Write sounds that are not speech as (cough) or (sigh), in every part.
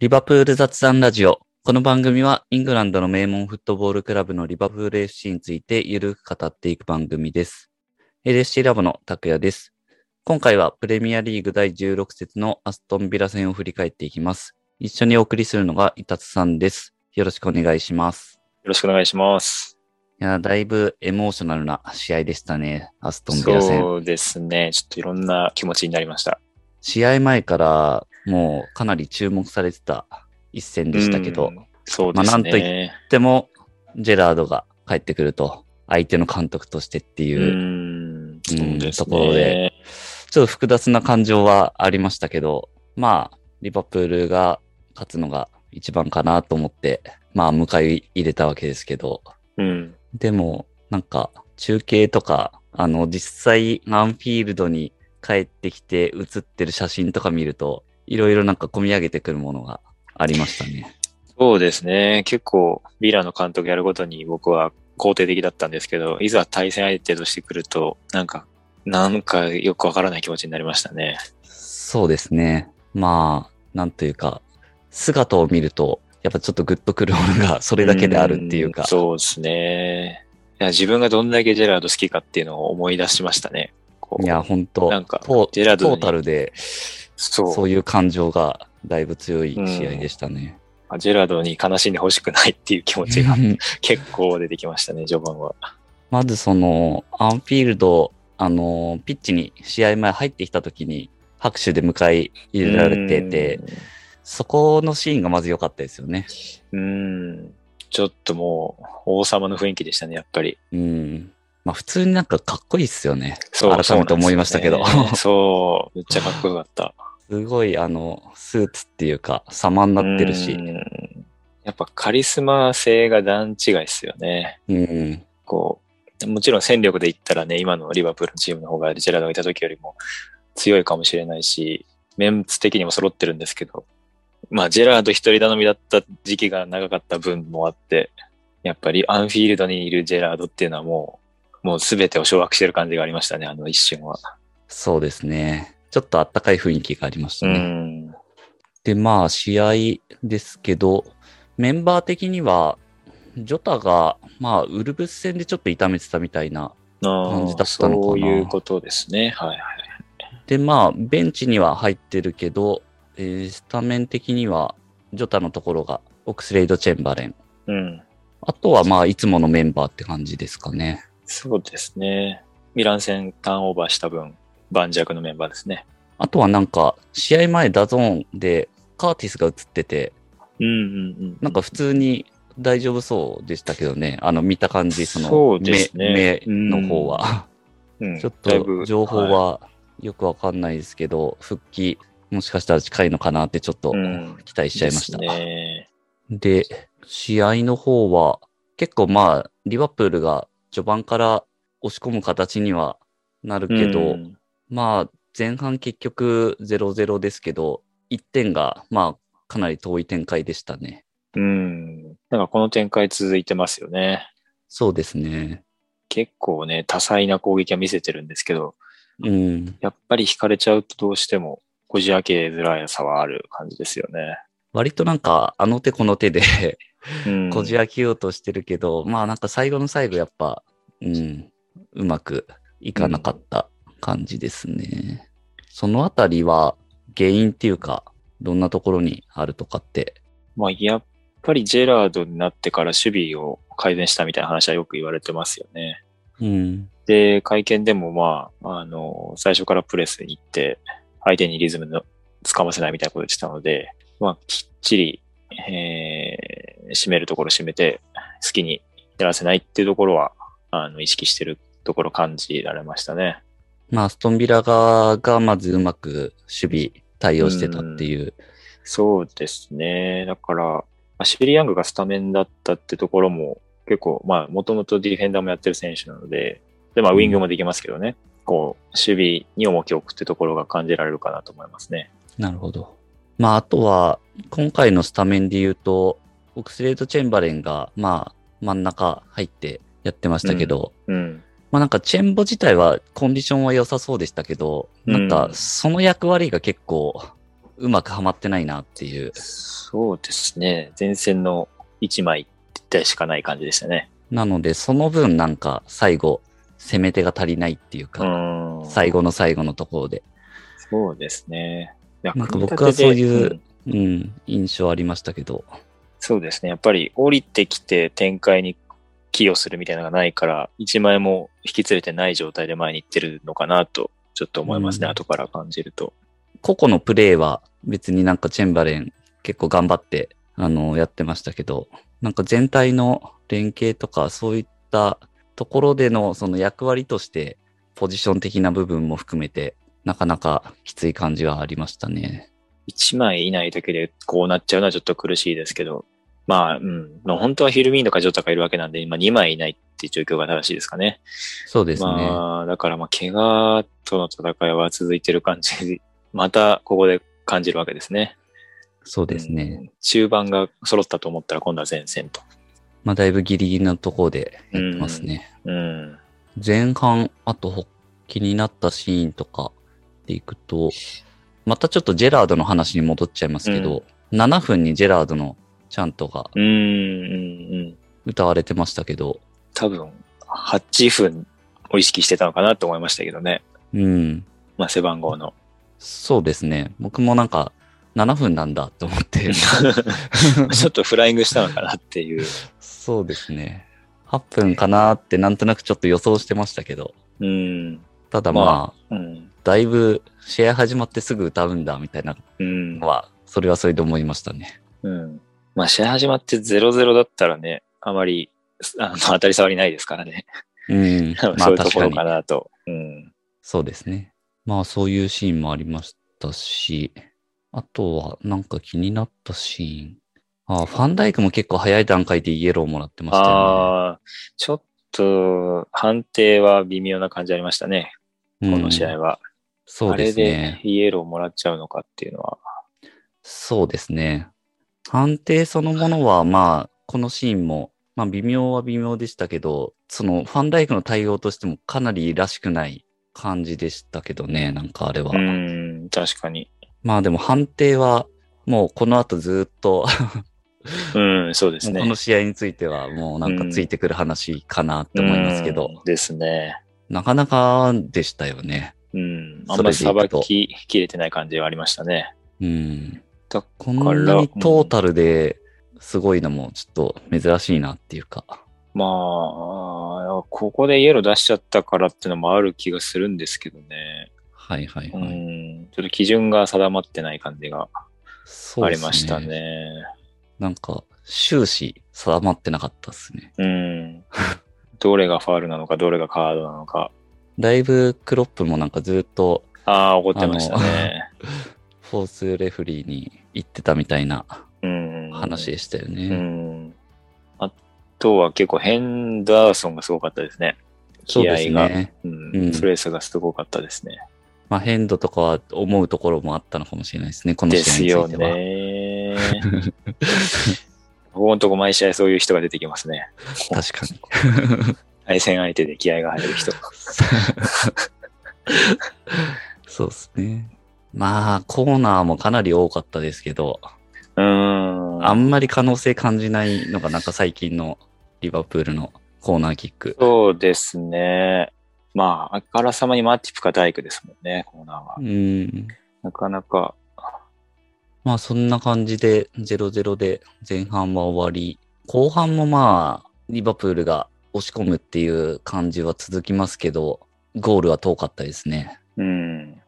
リバプール雑談ラジオ。この番組はイングランドの名門フットボールクラブのリバプール FC についてゆるく語っていく番組です。LSC ラボの拓也です。今回はプレミアリーグ第16節のアストンビラ戦を振り返っていきます。一緒にお送りするのがイタツさんです。よろしくお願いします。よろしくお願いします。いやー、だいぶエモーショナルな試合でしたね。アストンビラ戦。そうですね。ちょっといろんな気持ちになりました。試合前からもうかなり注目されてた一戦でしたけどう、ん。そうですまあなんといね。でも、ジェラードが帰ってくると、相手の監督としてっていうう、ん。そうですね。ところで。ちょっと複雑な感情はありましたけど、まあ、リバプールが勝つのが一番かなと思って、まあ、迎え入れたわけですけど、うん。でも、なんか、中継とか、あの、実際、アンフィールドに帰ってきて写ってる写真とか見ると、いろいろなんか込み上げてくるものがありましたね。そうですね。結構、ビラの監督やることに僕は肯定的だったんですけど、いざ対戦相手としてくると、なんか、なんかよくわからない気持ちになりましたね。そうですね。まあ、なんというか、姿を見ると、やっぱちょっとグッとくるものがそそれだけであるっていうか、そうですね。いや自分がどんだけジェラード好きかっていうのを思い出しましたね。こういや、ほんとなんかトー、ジェラードトーにタルで、そう。そういう感情がだいぶ強い試合でしたね。ジェラードに悲しんでほしくないっていう気持ちが結構出てきましたね、序盤は。 (laughs) まずその、アンフィールド、あの、ピッチに試合前入ってきた時に、拍手で迎え入れられてて、そこのシーンがまず良かったですよね。うん。うん。ちょっともう、王様の雰囲気でしたね、やっぱり。うん。まあ普通になんかかっこいいっすよね。そう改めてそうなんですよね思いましたけどそう、めっちゃかっこよかった。すごいあの、スーツっていうか、様になってるうし。んやっぱカリスマ性が段違いですよね。うん。こう、もちろん戦力で言ったらね、今のリバプールのチームの方がジェラードがいた時よりも強いかもしれないし、メンツ的にも揃ってるんですけど、まあ、ジェラード一人頼みだった時期が長かった分もあって、やっぱりアンフィールドにいるジェラードっていうのはもう、もう全てを掌握してる感じがありましたね、あの一瞬は。そうですね。ちょっとあったかい雰囲気がありましたうね。ん。で、まあ、試合ですけど、メンバー的には、ジョタが、まあ、ウルブス戦でちょっと痛めてたみたいな。感感じだったのかなそういうことですね。はいはい。で、まあ、ベンチには入ってるけど、えースタメン的には、ジョタのところが、オックスレイド・チェンバレン。うん。あとは、まあ、いつものメンバーって感じですかね。そうですね。ミラン戦ターンオーバーした分、盤石のメンバーですね。あとはなんか、試合前、ダゾーンで、カーティスが映ってて、うんうんうん。なんか普通に大丈夫そうでしたけどね。あの、見た感じ、その、そうですね目、目の方は。うんちょっだいとぶ情報いはよくわかんないですけど、復帰もしかしたら近いのかなってちょっとうん期待しちゃいました。ですねで、試合の方は結構まあ、リバプールが序盤から押し込む形にはなるけど、うんまあ、前半結局0-0ですけど、1点がまあ、かなり遠い展開でしたね。うん。なんかこの展開続いてますよね。そうですね。結構ね、多彩な攻撃は見せてるんですけど、うん。やっぱり引かれちゃうとどうしても、こじ開けづらいさはある感じですよね。割となんか、あの手この手で、うんこじ開けようとしてるけど、まあなんか最後の最後やっぱ、うん、うまくいかなかった感じですね。そのあたりは原因っていうか、どんなところにあるとかって。まあ、やっぱりジェラードになってから守備を改善したみたいな話はよく言われてますよね。うん。で、会見でもまあ、あの、最初からプレスに行って、相手にリズムのつかませないみたいなことをしてたので、まあ、きっちり、えー、締めるところ締めて、好きにやらせないっていうところは、あの、意識してるところ感じられましたね。まあ、アストンビラ側がまずうまく守備対応してたっていう。そうですね。だから、まあシビリ・ヤングがスタメンだったってところも、結構、まあ、もともとディフェンダーもやってる選手なので、で、まあ、ウィングもできますけどね、こう、守備に重きを置くってところが感じられるかなと思いますね。なるほど。まあ、あとは、今回のスタメンで言うと、オクスレート・チェンバレンが、まあ、真ん中入ってやってましたけど、うん。まあなんかチェンボ自体はコンディションは良さそうでしたけど、なんかうんその役割が結構うまくはまってないなっていう。そうですね。前線の1枚ってしかない感じでしたね。なので、その分なんか最後、攻め手が足りないっていううか、ーん。最後の最後のところで。そうですね。いやなんか僕はそういう組み立てでんうん、印象ありましたけど。そうですね。やっぱり降りてきて展開に寄与するみたいなのがないから、1枚も引き連れてない状態で前に行ってるのかなと、ちょっと思いますね。うん後から感じると。個々のプレーは別になんかチェンバレン結構頑張って、あの、やってましたけど、なんか全体の連携とかそういったところでのその役割として、ポジション的な部分も含めて、なかなかきつい感じはありましたね。 1枚いないだけでこうなっちゃうのはちょっと苦しいですけど、まあ、うん。まあ本当はヒルミーとかジョタがいるわけなんで、今2枚いないっていう状況が正しいですかね。そうですね。まあ、だからまあ、怪我との戦いは続いてる感じ、 (laughs) またここで感じるわけですね。そうですね。うん中盤が揃ったと思ったら今度は前線と。まあ、だいぶギリギリなところでやってますね。うん。前半、あとほ気になったシーンとかでいくと、またちょっとジェラードの話に戻っちゃいますけど、7分にジェラードのチャントがうん、うん、うん。歌われてましたけど、多分、8分を意識してたのかなと思いましたけどね。うん、まあ、背番号の。そうですね。僕もなんか7分なんだと思 (laughs) って、ちょっとフライングしたのかなっていう。そうですね。8分かなーってなんとなくちょっと予想してましたけど、うん。ただまあ、まうん。だいぶ試合始まってすぐ歌うんだみたいなうんの。は、それはそれで思いましたね。うん。まあ、試合始まって0-0だったらね、あまり、あの、当たり障りないですからね。うん。ま (laughs) そあういう確とこかろにか。なと。うん。そうですね。まあそういうシーンもありましたし、あとはなんか気になったシーン。あファンダイクも結構早い段階でイエローもらってましたよああ、ちょっと判定は微妙な感じありましたね、ね。この試うん合は。そうあでれすねで。イエローもらっちゃうのかっていうのは。そうですね。判定そのものはまあ、このシーンも、まあ微妙は微妙でしたけど、そのファンダイクの対応としてもかなりらしくない感じでしたけどね、なんかあれは。うん、確かに。まあでも判定は、もうこの後ずっとうん、そうですもうね。この試合についてはもうなんかついてくる話かなって思いますけど、うんですね。なかなかでしたよね。うん。あそんれまりでさいばくとききれてない感じはありましたね。うん。だこんなにトータルですごいのもちょっと珍しいなっていうか。まあ、ここでイエロー出しちゃったからっていうのもある気がするんですけどね。はいはいうはい。ん、ちょっと基準が定まってない感じがそうあでりすました。ね。なんか終始定まってなかったですね。うん。どれがファールなのか、どれがカードなのか。だいぶクロップもなんかずっとああ、怒ってましたね。フォースレフリーに行ってたみたいなうん。話でしたようね。ん。あとは結構ヘンダーソンがすごかったですね。そう気合ですが。ね。うんうんプレースがすごかったですね。まあ、変度とかは思うところもあったのかもしれないですね、こので試す合よについては。ね。ここのとこ毎試合そういう人が出てきますね。確かに。対戦相手で気合が入る人。 (laughs) そうですね。まあ、コーナーもかなり多かったですけど、うん。あんまり可能性感じないのが、なんか最近のリバプールのコーナーキック。そうですね。まあ、あからさまにマッチプか大工ですもんね、コーナーはう。ん。なかなかまあ、そんな感じで、0-0で前半は終わり、後半もまあ、リバプールが押し込むっていう感じは続きますけど、ゴールは遠かったですね。うん。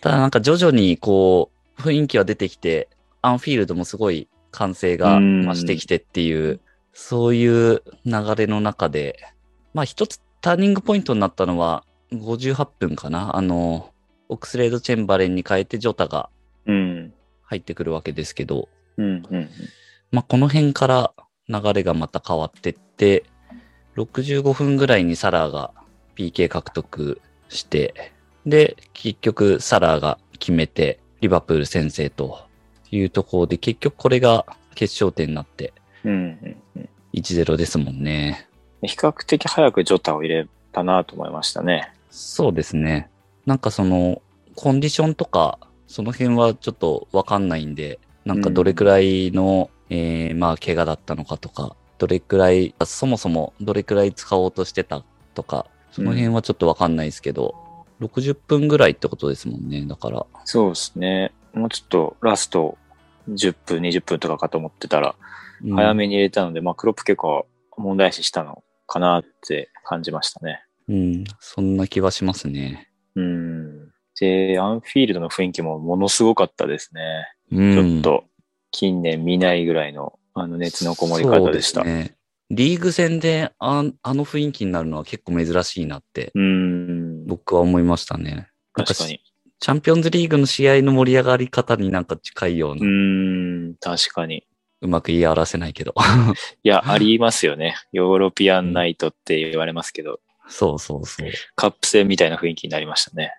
ただなんか徐々にこう、雰囲気は出てきて、アンフィールドもすごい歓声がうん増してきてっていう、そういう流れの中で、まあ一つターニングポイントになったのは58分かな。あの、オックスレード・チェンバレンに変えてジョタがうん。入ってくるわけですけど、うん。うん。まあこの辺から流れがまた変わってって、65分ぐらいにサラーが PK 獲得して、で、結局サラーが決めて、リバプール先制というところで、結局これが決勝点になってうん。 1-0ですもんね。比較的早くジョタを入れたなと思いましたね。そうですね。なんかその、コンディションとか、その辺はちょっとわかんないんで、なんかどれくらいの、えーまあ、怪我だったのかとか、どれくらい、そもそもどれくらい使おうとしてたとか、その辺はちょっとわかんないですけど、60分ぐらいってことですもんね、だから。そうですね。もうちょっとラスト10分、20分とかかと思ってたら、うん早めに入れたので、まあ、クロップ結構問題視したのかなって感じましたね。うん、そんな気はしますね。うん。で、アンフィールドの雰囲気もものすごかったですね。うん、ちょっと近年見ないぐらいのあの熱のこもり方でした。うそうですね、リーグ戦でああの雰囲気になるのは結構珍しいなって、ん。僕は思いましたね。なん確かに。チャンピオンズリーグの試合の盛り上がり方になんか近いよううな、ん、確かに。うまく言い表せないけど。 (laughs) いや、ありますよね。ヨーロピアンナイトって言われますけど、そうそうそう。カップ戦みたいな雰囲気になりましたね。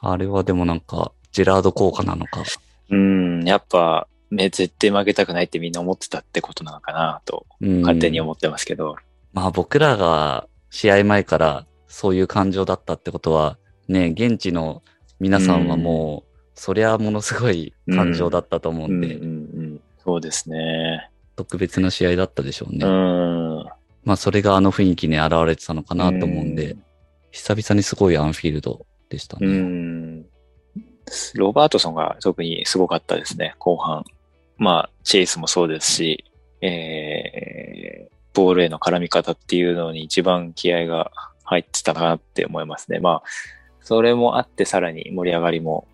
あれはでもなんか、ジェラード効果なのか。うん、やっぱ、ね、絶対負けたくないってみんな思ってたってことなのかなと、勝勝手に思ってますけど。まあ僕らが試合前からそういう感情だったってことは、ね、現地の皆さんはもう、そりゃものすごい感情だったと思ううんん、うん、で、うん。そうですね。特別な試合だったでしょうね。うん。まあそれがあの雰囲気に現れてたのかなと思うんで、う久々にすごいアンフィールドでしたうね。ん。ロバートソンが特にすごかったですね、後半。まあ、チェイスもそうですし、えー、ボールへの絡み方っていうのに一番気合が入ってたかなって思いますね。まあ、それもあってさらに盛り上がりも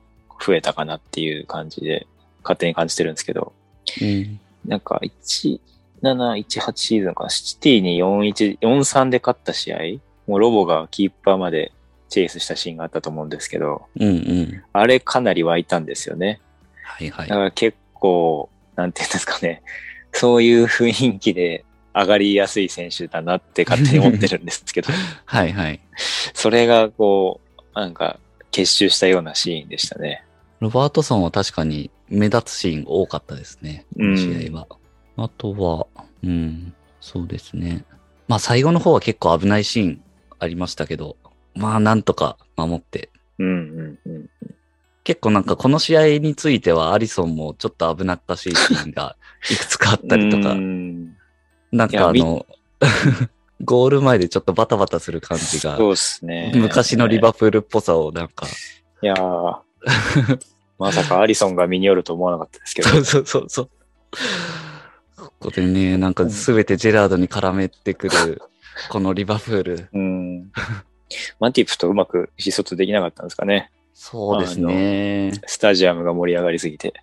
増えたかなっていう感じで、勝手に感じてるんですけど、うんなんか、17、18シーズンかな、シティに41、43で勝った試合、もうロボがキーパーまでチェイスしたシーンがあったと思うんですけど、うんうん。あれかなり湧いたんですよね。はいはだいか。ら結構、なんていうんですかね、 (laughs) そういう雰囲気で上がりやすい選手だなって勝手に思ってるんですけ (laughs) ど、はいはい。それがこう、なんか結集したようなシーンでしたね。ロバートソンは確かに目立つシーン多かったですね、この試合は。あとは、うん、そうですね。まあ最後の方は結構危ないシーンありましたけど、まあなんとか守って、うんうんうん。結構なんかこの試合についてはアリソンもちょっと危なっかしいシーンがいくつかあったりとか (laughs) う、んなんかあいやの、 (laughs) ゴール前でちょっとバタバタする感じが、そうですね。昔のリバプールっぽさをなんか、いや (laughs) ーまさかアリソンが身によると思わなかったですけど。そうそうそうそう。ここでね、なんか全てジェラードに絡めてくる、このリバプール。うん。マティップとうまく意思疎通できなかったんですかね。そうですね。スタジアムが盛り上がりすぎて。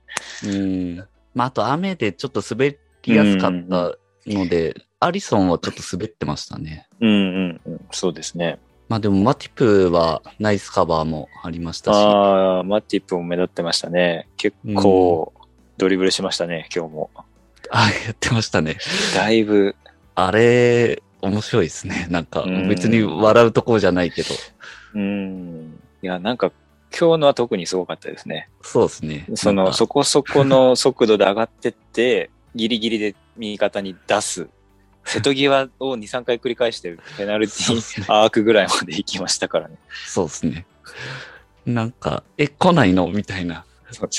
うん。まあ、あと雨でちょっと滑りやすかったので、アリソンはちょっと滑ってましたね。うんうんうん。そうですね。まあでも、マティプはナイスカバーもありましたし、ああ、マティップも目立ってましたね。結構ドリブルしましたね、今日も。あやってましたね。だいぶ、あれ、面白いですね。なんか、うん別に笑うとこじゃないけど、うん。いや、なんか今日のは特にすごかったですね。そうですね。そなんの、かそこそこの (laughs) 速度で上がってって、ギリギリで味方に出す。瀬戸際を2、3回繰り返して、ペナルテそうっすィねーアークぐらいまで行きましたからね。そうですね。なんか、え、来ないのみたいな。そう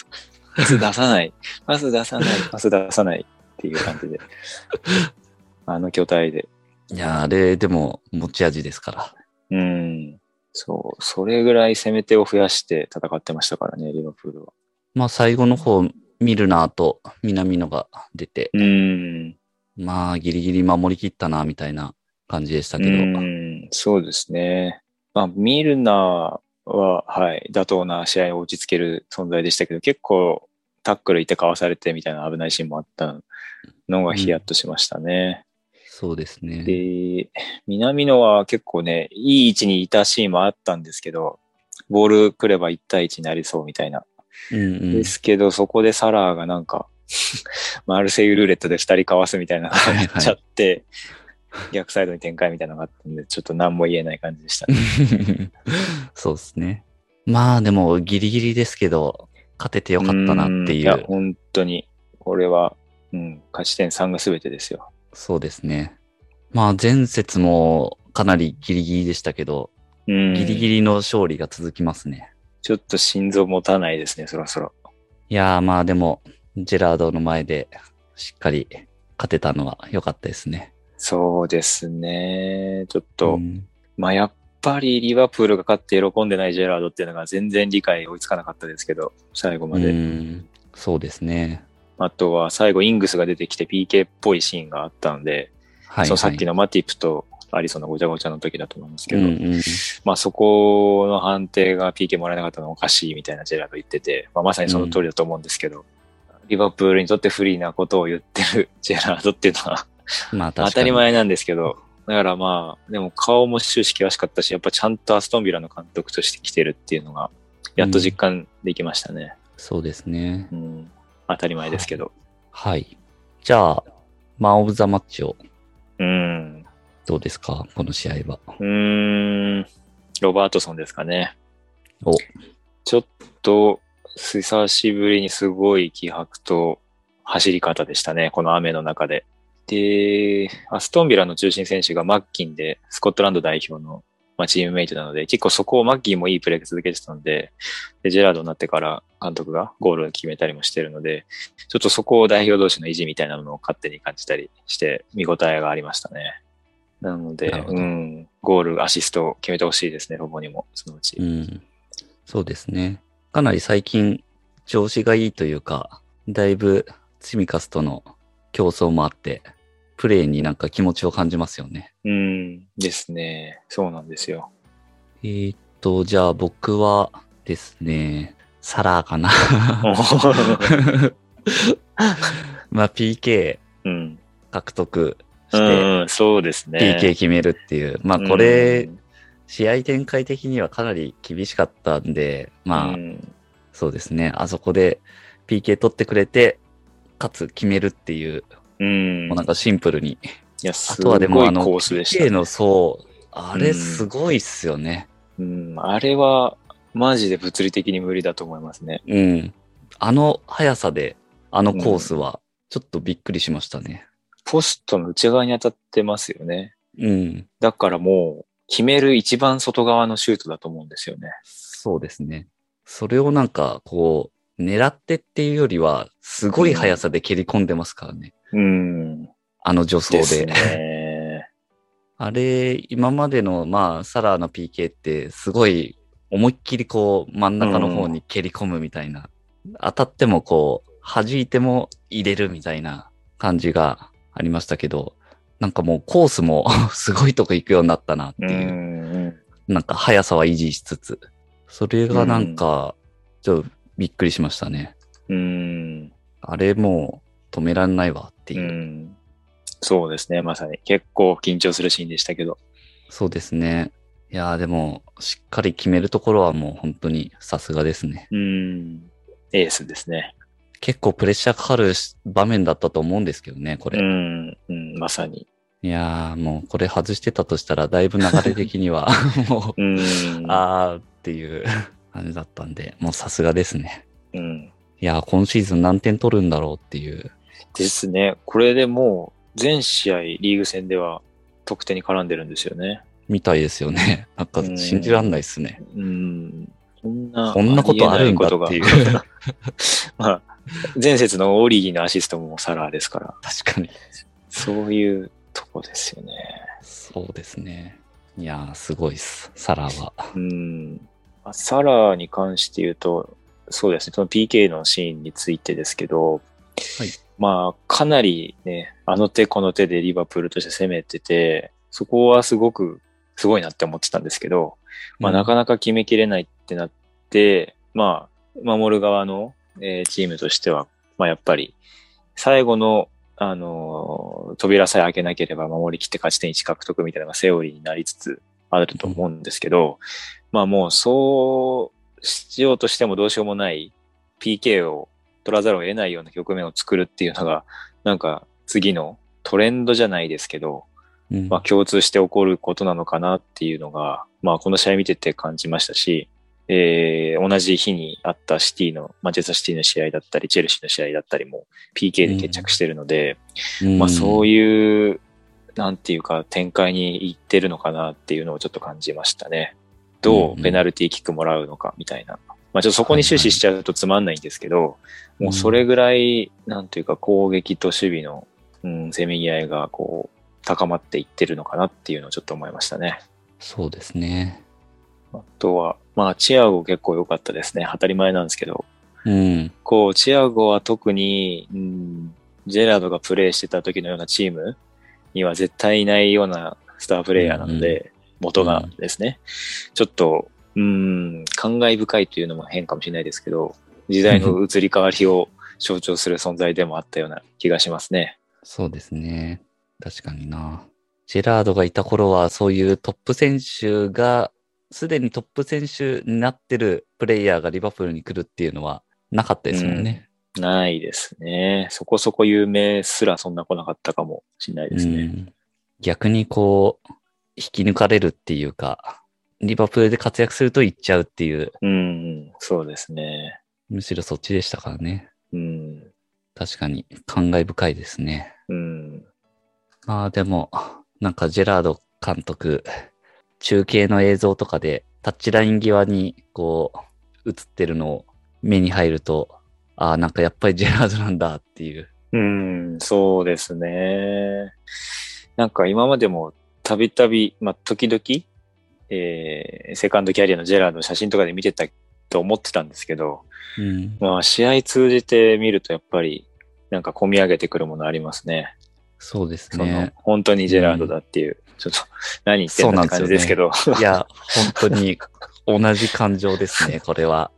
パス出さない。パス出さない。パス出さないっていう感 (laughs) じで。あの巨体で。いやー、あれ、でも、持ち味ですから。うん。そう、それぐらい攻め手を増やして戦ってましたからね、リバプールは。まあ、最後の方、ミルナーと南野が出て、うん。まあ、ギリギリ守りきったな、みたいな感じでしたけど。うん、そうですね。まあ、ミルナーは、はい、妥当な試合を落ち着ける存在でしたけど、結構タックルいてかわされてみたいな危ないシーンもあったのがヒヤッとしましたね。そうですね。で、南野は結構ね、いい位置にいたシーンもあったんですけど、ボール来れば1対1になりそうみたいなうんうんで。すけど、そこでサラーがなんか、 (laughs) マルセイユルーレットで2人かわすみたいなのはいはがいやっちゃって、逆サイドに展開みたいなのがあったんで、ちょっと何も言えない感じでしたね。そうですね。まあ、でも、ギリギリですけど、勝ててよかったなってんいや、う。本当に、これは、うん、勝ち点3が全てですよ。そうですね。まあ、前節もかなりギリギリでしたけど、うん、ギリギリの勝利が続きますね。ちょっと心臓持たないですね、そろそろ。いやーまあでも、ジェラードの前でしっかり勝てたのは良かったですね。そうですね。ちょっと、うんまあやっぱりリバプールが勝って喜んでないジェラードっていうのが全然理解追いつかなかったですけど、最後まで。うんそうですね。あとは最後イングスが出てきて PK っぽいシーンがあったので、はい、はい。そのさっきのマティップとアリソンのごちゃごちゃの時だと思うんですけど、うんうんまあそこの判定が PK もらえなかったのはおかしいみたいなジェラード言ってて、まあ、まさにその通りだと思うんですけど、リバプールにとって不利なことを言ってる (laughs) ジェラードっていうのはまあ確かに当たり前なんですけど、だからまあ、でも顔も終始険しかったし、やっぱちゃんとアストンビラの監督として来てるっていうのが、やっと実感できましたね。そうですね。うん当たり前ですけど。はい。じゃあ、マン・オブ・ザ・マッチをうん。どうですかこの試合は。うーん、ロバートソンですかね。おちょっと、久しぶりにすごい気迫と走り方でしたね、この雨の中で。で、アストンビラの中心選手がマッキンで、スコットランド代表の、まあ、チームメイトなので、結構そこをマッキンもいいプレー続けてたのでで、ジェラードになってから監督がゴールを決めたりもしてるので、ちょっとそこを代表同士の意地みたいなのを勝手に感じたりして、見応えがありましたね。なので、なるほうどん、ゴール、アシストを決めてほしいですね、ロボにも、そのうち。うん。そうですね。かなり最近、調子がいいというか、だいぶ、ツミカスとの競争もあって、プレーになんか気持ちを感じますよね。うん、ですね。そうなんです (laughs) よ。えーっと、じゃあ僕はですね、サラーか (laughs) な。まあ PK うん、獲得しうて、ん、そうですね。 PK 決めるっていう。まあこれ、試合展開的にはかなり厳しかったんで、まあ、うんそうですね。あそこで PK 取ってくれて、かつ決めるっていう、うん、もうなんかシンプルに。いや、あすとごはいでもあの、コースでしたね PK のそう、あうれんすごいっすよね。うん、あれは、マジで物理的に無理だと思いますね。うん。あの速さで、あのコースは、ちょっとびっくりしましたね。ポストの内側に当たってますよね。うん。だからもう、決める一番外側のシュートだと思うんですよね。そうですね。それをなんか、こう、狙ってっていうよりは、すごい速さで蹴り込んでますからね。うん、あの助走ですで。ね。あれ、今までの、まあ、サラーの PK って、すごい、思いっきりこう、真ん中の方に蹴り込むみたいな、当たってもこう、弾いても入れるみたいな感じがありましたけど、なんかもうコースも (laughs) すごいとこ行くようになったなってういう、ん、なんか速さは維持しつつ、それがなんか、ちょっとびっくりしましたね。うん、あれもう止められないわっていうう。ん。そうですね、まさに。結構緊張するシーンでしたけど。そうですね。いやーでも、しっかり決めるところはもう本当にさすがですね。うん。エースですね。結構プレッシャーかかるし場面だったと思うんですけどね、こうれ。ん、うん、まさに。いやーもうこれ外してたとしたら、だいぶ流れ的には、もう、 (laughs) うん。あーっていう感じだったんで、もうさすがですね。うん。いやー今シーズン何点取るんだろうっていう。ですね。これでもう、全試合リーグ戦では得点に絡んでるんですよね。みたいですよね。 (laughs) なんか信じらんないですね。うん。こんな、こんなことあるんだっていうありえないことが (laughs) まあ、前節のオリギーのアシストもサラーですから、 (laughs) 確かに。そういうとこですよね。そうですね。いやーすごいっす。サラは。うん。まあサラーに関して言うと、そうですね、その PK のシーンについてですけど、はいまあ、かなりね、あの手この手でリバプールとして攻めてて、そこはすごく、すごいなって思ってたんですけど、まあ、なかなか決めきれないってなって、まあ、守る側の、えーチームとしては、まあ、やっぱり、最後の、あのー扉さえ開けなければ守りきって勝ち点1獲得みたいなのがセオリーになりつつあると思うんですけど、まあもうそうしようとしてもどうしようもない PK を取らざるを得ないような局面を作るっていうのが、なんか次のトレンドじゃないですけど、うんまあ、共通して起こることなのかなっていうのが、まあ、この試合見てて感じましたし、えー同じ日にあったシティの、マンチェスターシティの試合だったり、チェルシーの試合だったりも PK で決着してるので、まあ、そういいう、なんていうか展開にいってるのかなっていうのをちょっと感じましたね。どうんううんペナルティーキックもらうのかみたいな。まあちょっとそこに終始しちゃうとつまんないんですけど、もうそれぐらい、なんていうか攻撃と守備の、うん、せめぎ合いがこう、高まっていってるのかなっていうのをちょっと思いましたね。そうですね。あとは、まあチアゴ結構良かったですね。当たり前なんですけど、うん。こう、チアゴは特に、うん、ジェラードがプレーしてた時のようなチームには絶対いないようなスタープレイヤーなので、元がですね、ちょっと、うん、感慨深いというのも変かもしれないですけど、時代の移り変わりを象徴する存在でもあったような気がしますね。そうですね。確かにな。ジェラードがいた頃は、そういうトップ選手が、すでにトップ選手になってるプレイヤーがリバプールに来るっていうのはなかったですもんね。ないですね。そこそこ有名すらそんな来なかったかもしれないですね。うん逆にこう、引き抜かれるっていうか、リバプールで活躍すると行っちゃうっていう、うん、うん、そうですね。むしろそっちでしたからね。うん、確かに感慨深いですね。うん、まあでも、なんかジェラード監督、中継の映像とかで、タッチライン際に、こう、映ってるのを目に入ると、ああ、なんかやっぱりジェラードなんだっていう。うん、そうですね。なんか今までもたびたび、まあ、時々、えーセカンドキャリアのジェラードの写真とかで見てたと思ってたんですけど、うん。まあ、試合通じて見るとやっぱり、なんか込み上げてくるものありますね。そうですその、ね。本当にジェラードだっていう、ちょっと何言ってんだって感じですけど。いや、本当に同じ感情です (laughs) ね、これは。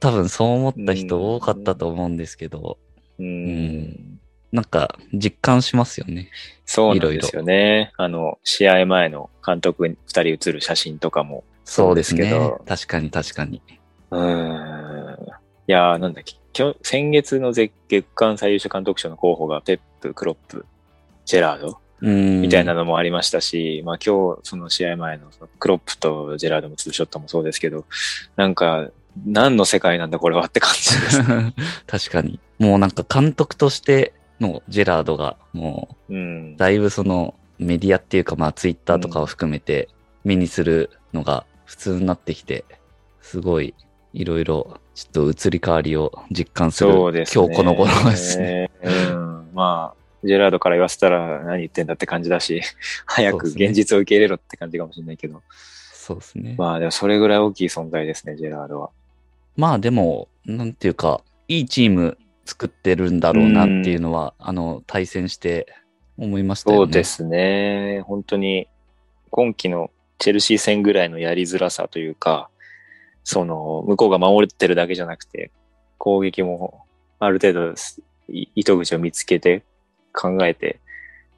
多分そう思った人多かったと思うんですけど、ううんん、なんか実感しますよね。そうなんですよね。あの、試合前の監督二人写る写真とかも、そうですそうですけねど。確かに確かに。うーんいやー、なんだっけ、きょ先月のぜ月間最優秀監督賞の候補がペップ、クロップ、ジェラードうん。みたいなのもありましたし、まあ今日その試合前のそのクロップとジェラードもツーショットもそうですけど、なんか、何の世界なんだこれはって感じです。 (laughs) 確かに。もうなんか監督としてのジェラードが、もうんう、。だいぶそのメディアっていうか、まあツイッターとかを含めて目にするのが普通になってきて、すごい、いろいろ、ちょっと移り変わりを実感する、そうですね。今日この頃ですね。うん。まあ、ジェラードから言わせたら何言ってんだって感じだし、早そくうですね現実を受け入れろって感じかもしれないけど、そうですね。まあ、まあでもそれぐらい大きい存在ですね、ジェラードは。でも、なんていうか、いいチーム作ってるんだろうなっていうのは、あの、対戦して思いましたよね。そうで。すね。本当に、今季のチェルシー戦ぐらいのやりづらさというか、その、向こうが守ってるだけじゃなくて、攻撃もある程度すい糸口を見つけて、考えて、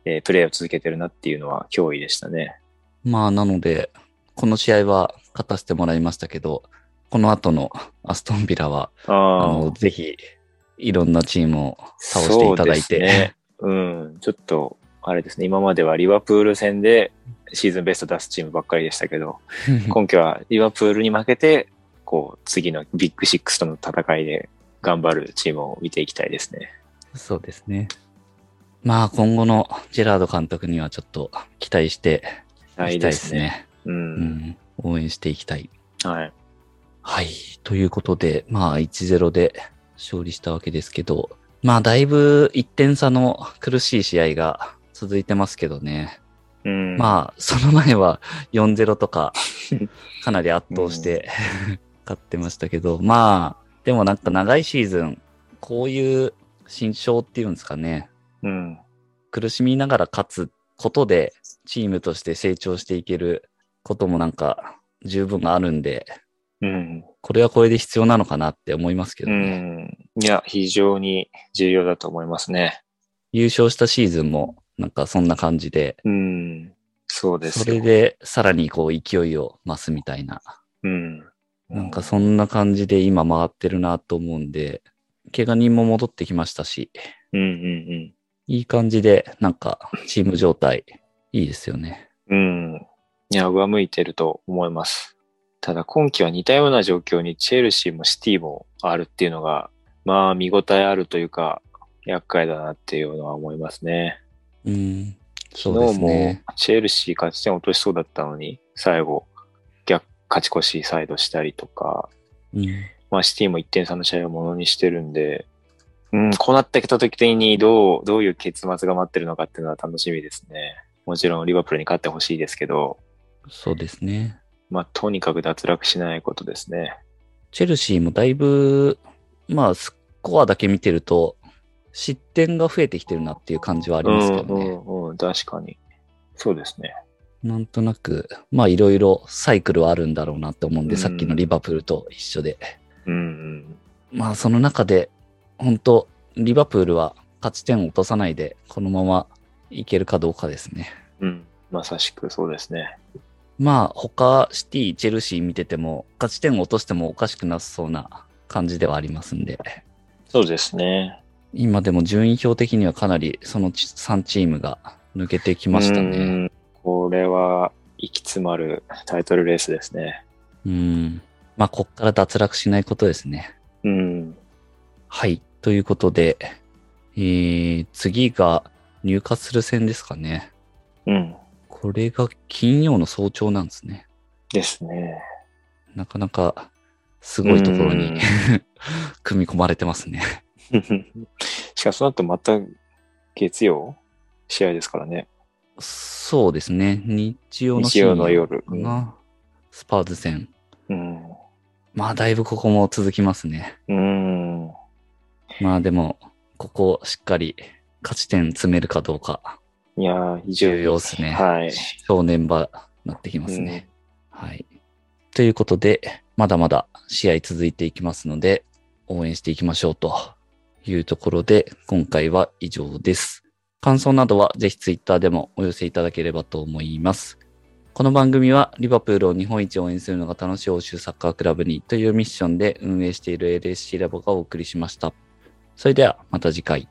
えープレーを続けてるなっていうのは脅威でしたね。まあ、なので、この試合は勝たせてもらいましたけど、この後のアストンビラは、ああの、あ、ぜひ、いろんなチームを倒していただいそて、うですねうん、ちょっと、あれですね、今まではリバプール戦でシーズンベスト出すチームばっかりでしたけど、今季はリバプールに負けて、こう、次のビッグシックスとの戦いで頑張るチームを見ていきたいですね。 (laughs) そうですね。まあ、今後のジェラード監督にはちょっと期待していきたいですね。う。うんん、応援していきたい。はい。はい。ということで、まあ、1-0で勝利したわけですけど、まあ、だいぶ1点差の苦しい試合が続いてますけどね。うん。あ、まあ、その前は4-0と (laughs) か、かなり圧倒して、 (laughs) 勝ってましたけど、まあ、でもなんか長いシーズン、こういう心象っていうんですかね、うん。苦しみながら勝つことで、チームとして成長していけることもなんか十分あるんで、うん。これはこれで必要なのかなって思いますけどうね。ん。いや、非常に重要だと思いますね。優勝したシーズンも、なんかそんな感じで、うん。そうですそよれでさらにこう勢いを増すみたいな。うん。なんかそんな感じで今回ってるなと思うんで、怪我人も戻ってきましたし、うんうんいい感じで、なんかチーム状態、いいですよね。うん。うん。いや、上向いてると思います。ただ今季は似たような状況にチェルシーもシティもあるっていうのが、まあ見応えあるというか、厄介だなっていうのは思いますね。うん。そう昨で日すもね。チェルシー勝ち点落としそうだったのに、最後、逆、勝ち越しサイドしたりとか、うん、まあ、シティも1点差の試合をものにしてるんで、うん、こうなってきた時的にどう、どういう結末が待ってるのかっていうのは楽しみですね。もちろんリバプールに勝ってほしいですけど、そうですね。まあ、とにかく脱落しないことですね。チェルシーもだいぶ、まあ、スコアだけ見てると、失点が増えてきてるなっていう感じはありますけどね。うんうんうん、確かに。そうですね。なんとなく、まあ、いろいろサイクルはあるんだろうなって思うんで、うんさっきのリバプールと一緒で。うんうん。まあ、その中で、本当リバプールは勝ち点を落とさないで、このままいけるかどうかですね。うん。まさしくそうですね。まあ、他、シティ、チェルシー見てても、勝ち点を落としてもおかしくなさそうな感じではありますんで、そうですね。今でも順位表的にはかなりその3チームが抜けてきましたうね。ん。これは、息詰まるタイトルレースですね。うん。まあ、こっから脱落しないことですね。うん。はい。ということで、えー、次が入荷する戦ですかね。うん。これが金曜の早朝なんですね。で (laughs) すね。なかなかすごいところうにん (laughs) 組み込まれてますね。しかし、その後また月曜試合ですからね。そうですね。日曜の日曜の夜深夜かな。スパーズ戦。うん。まあ、だいぶここも続きますね。うん。まあ、でも、ここをしっかり勝ち点詰めるかどうか、いやー、以上重要ですね。はい。正念場になってきますね。はい。ということで、まだまだ試合続いていきますので、応援していきましょうというところで、今回は以上です。感想などはぜひツイッターでもお寄せいただければと思います。この番組はリバプールを日本一応援するのが楽しい欧州サッカークラブにというミッションで運営している LSC ラボがお送りしました。それではまた次回。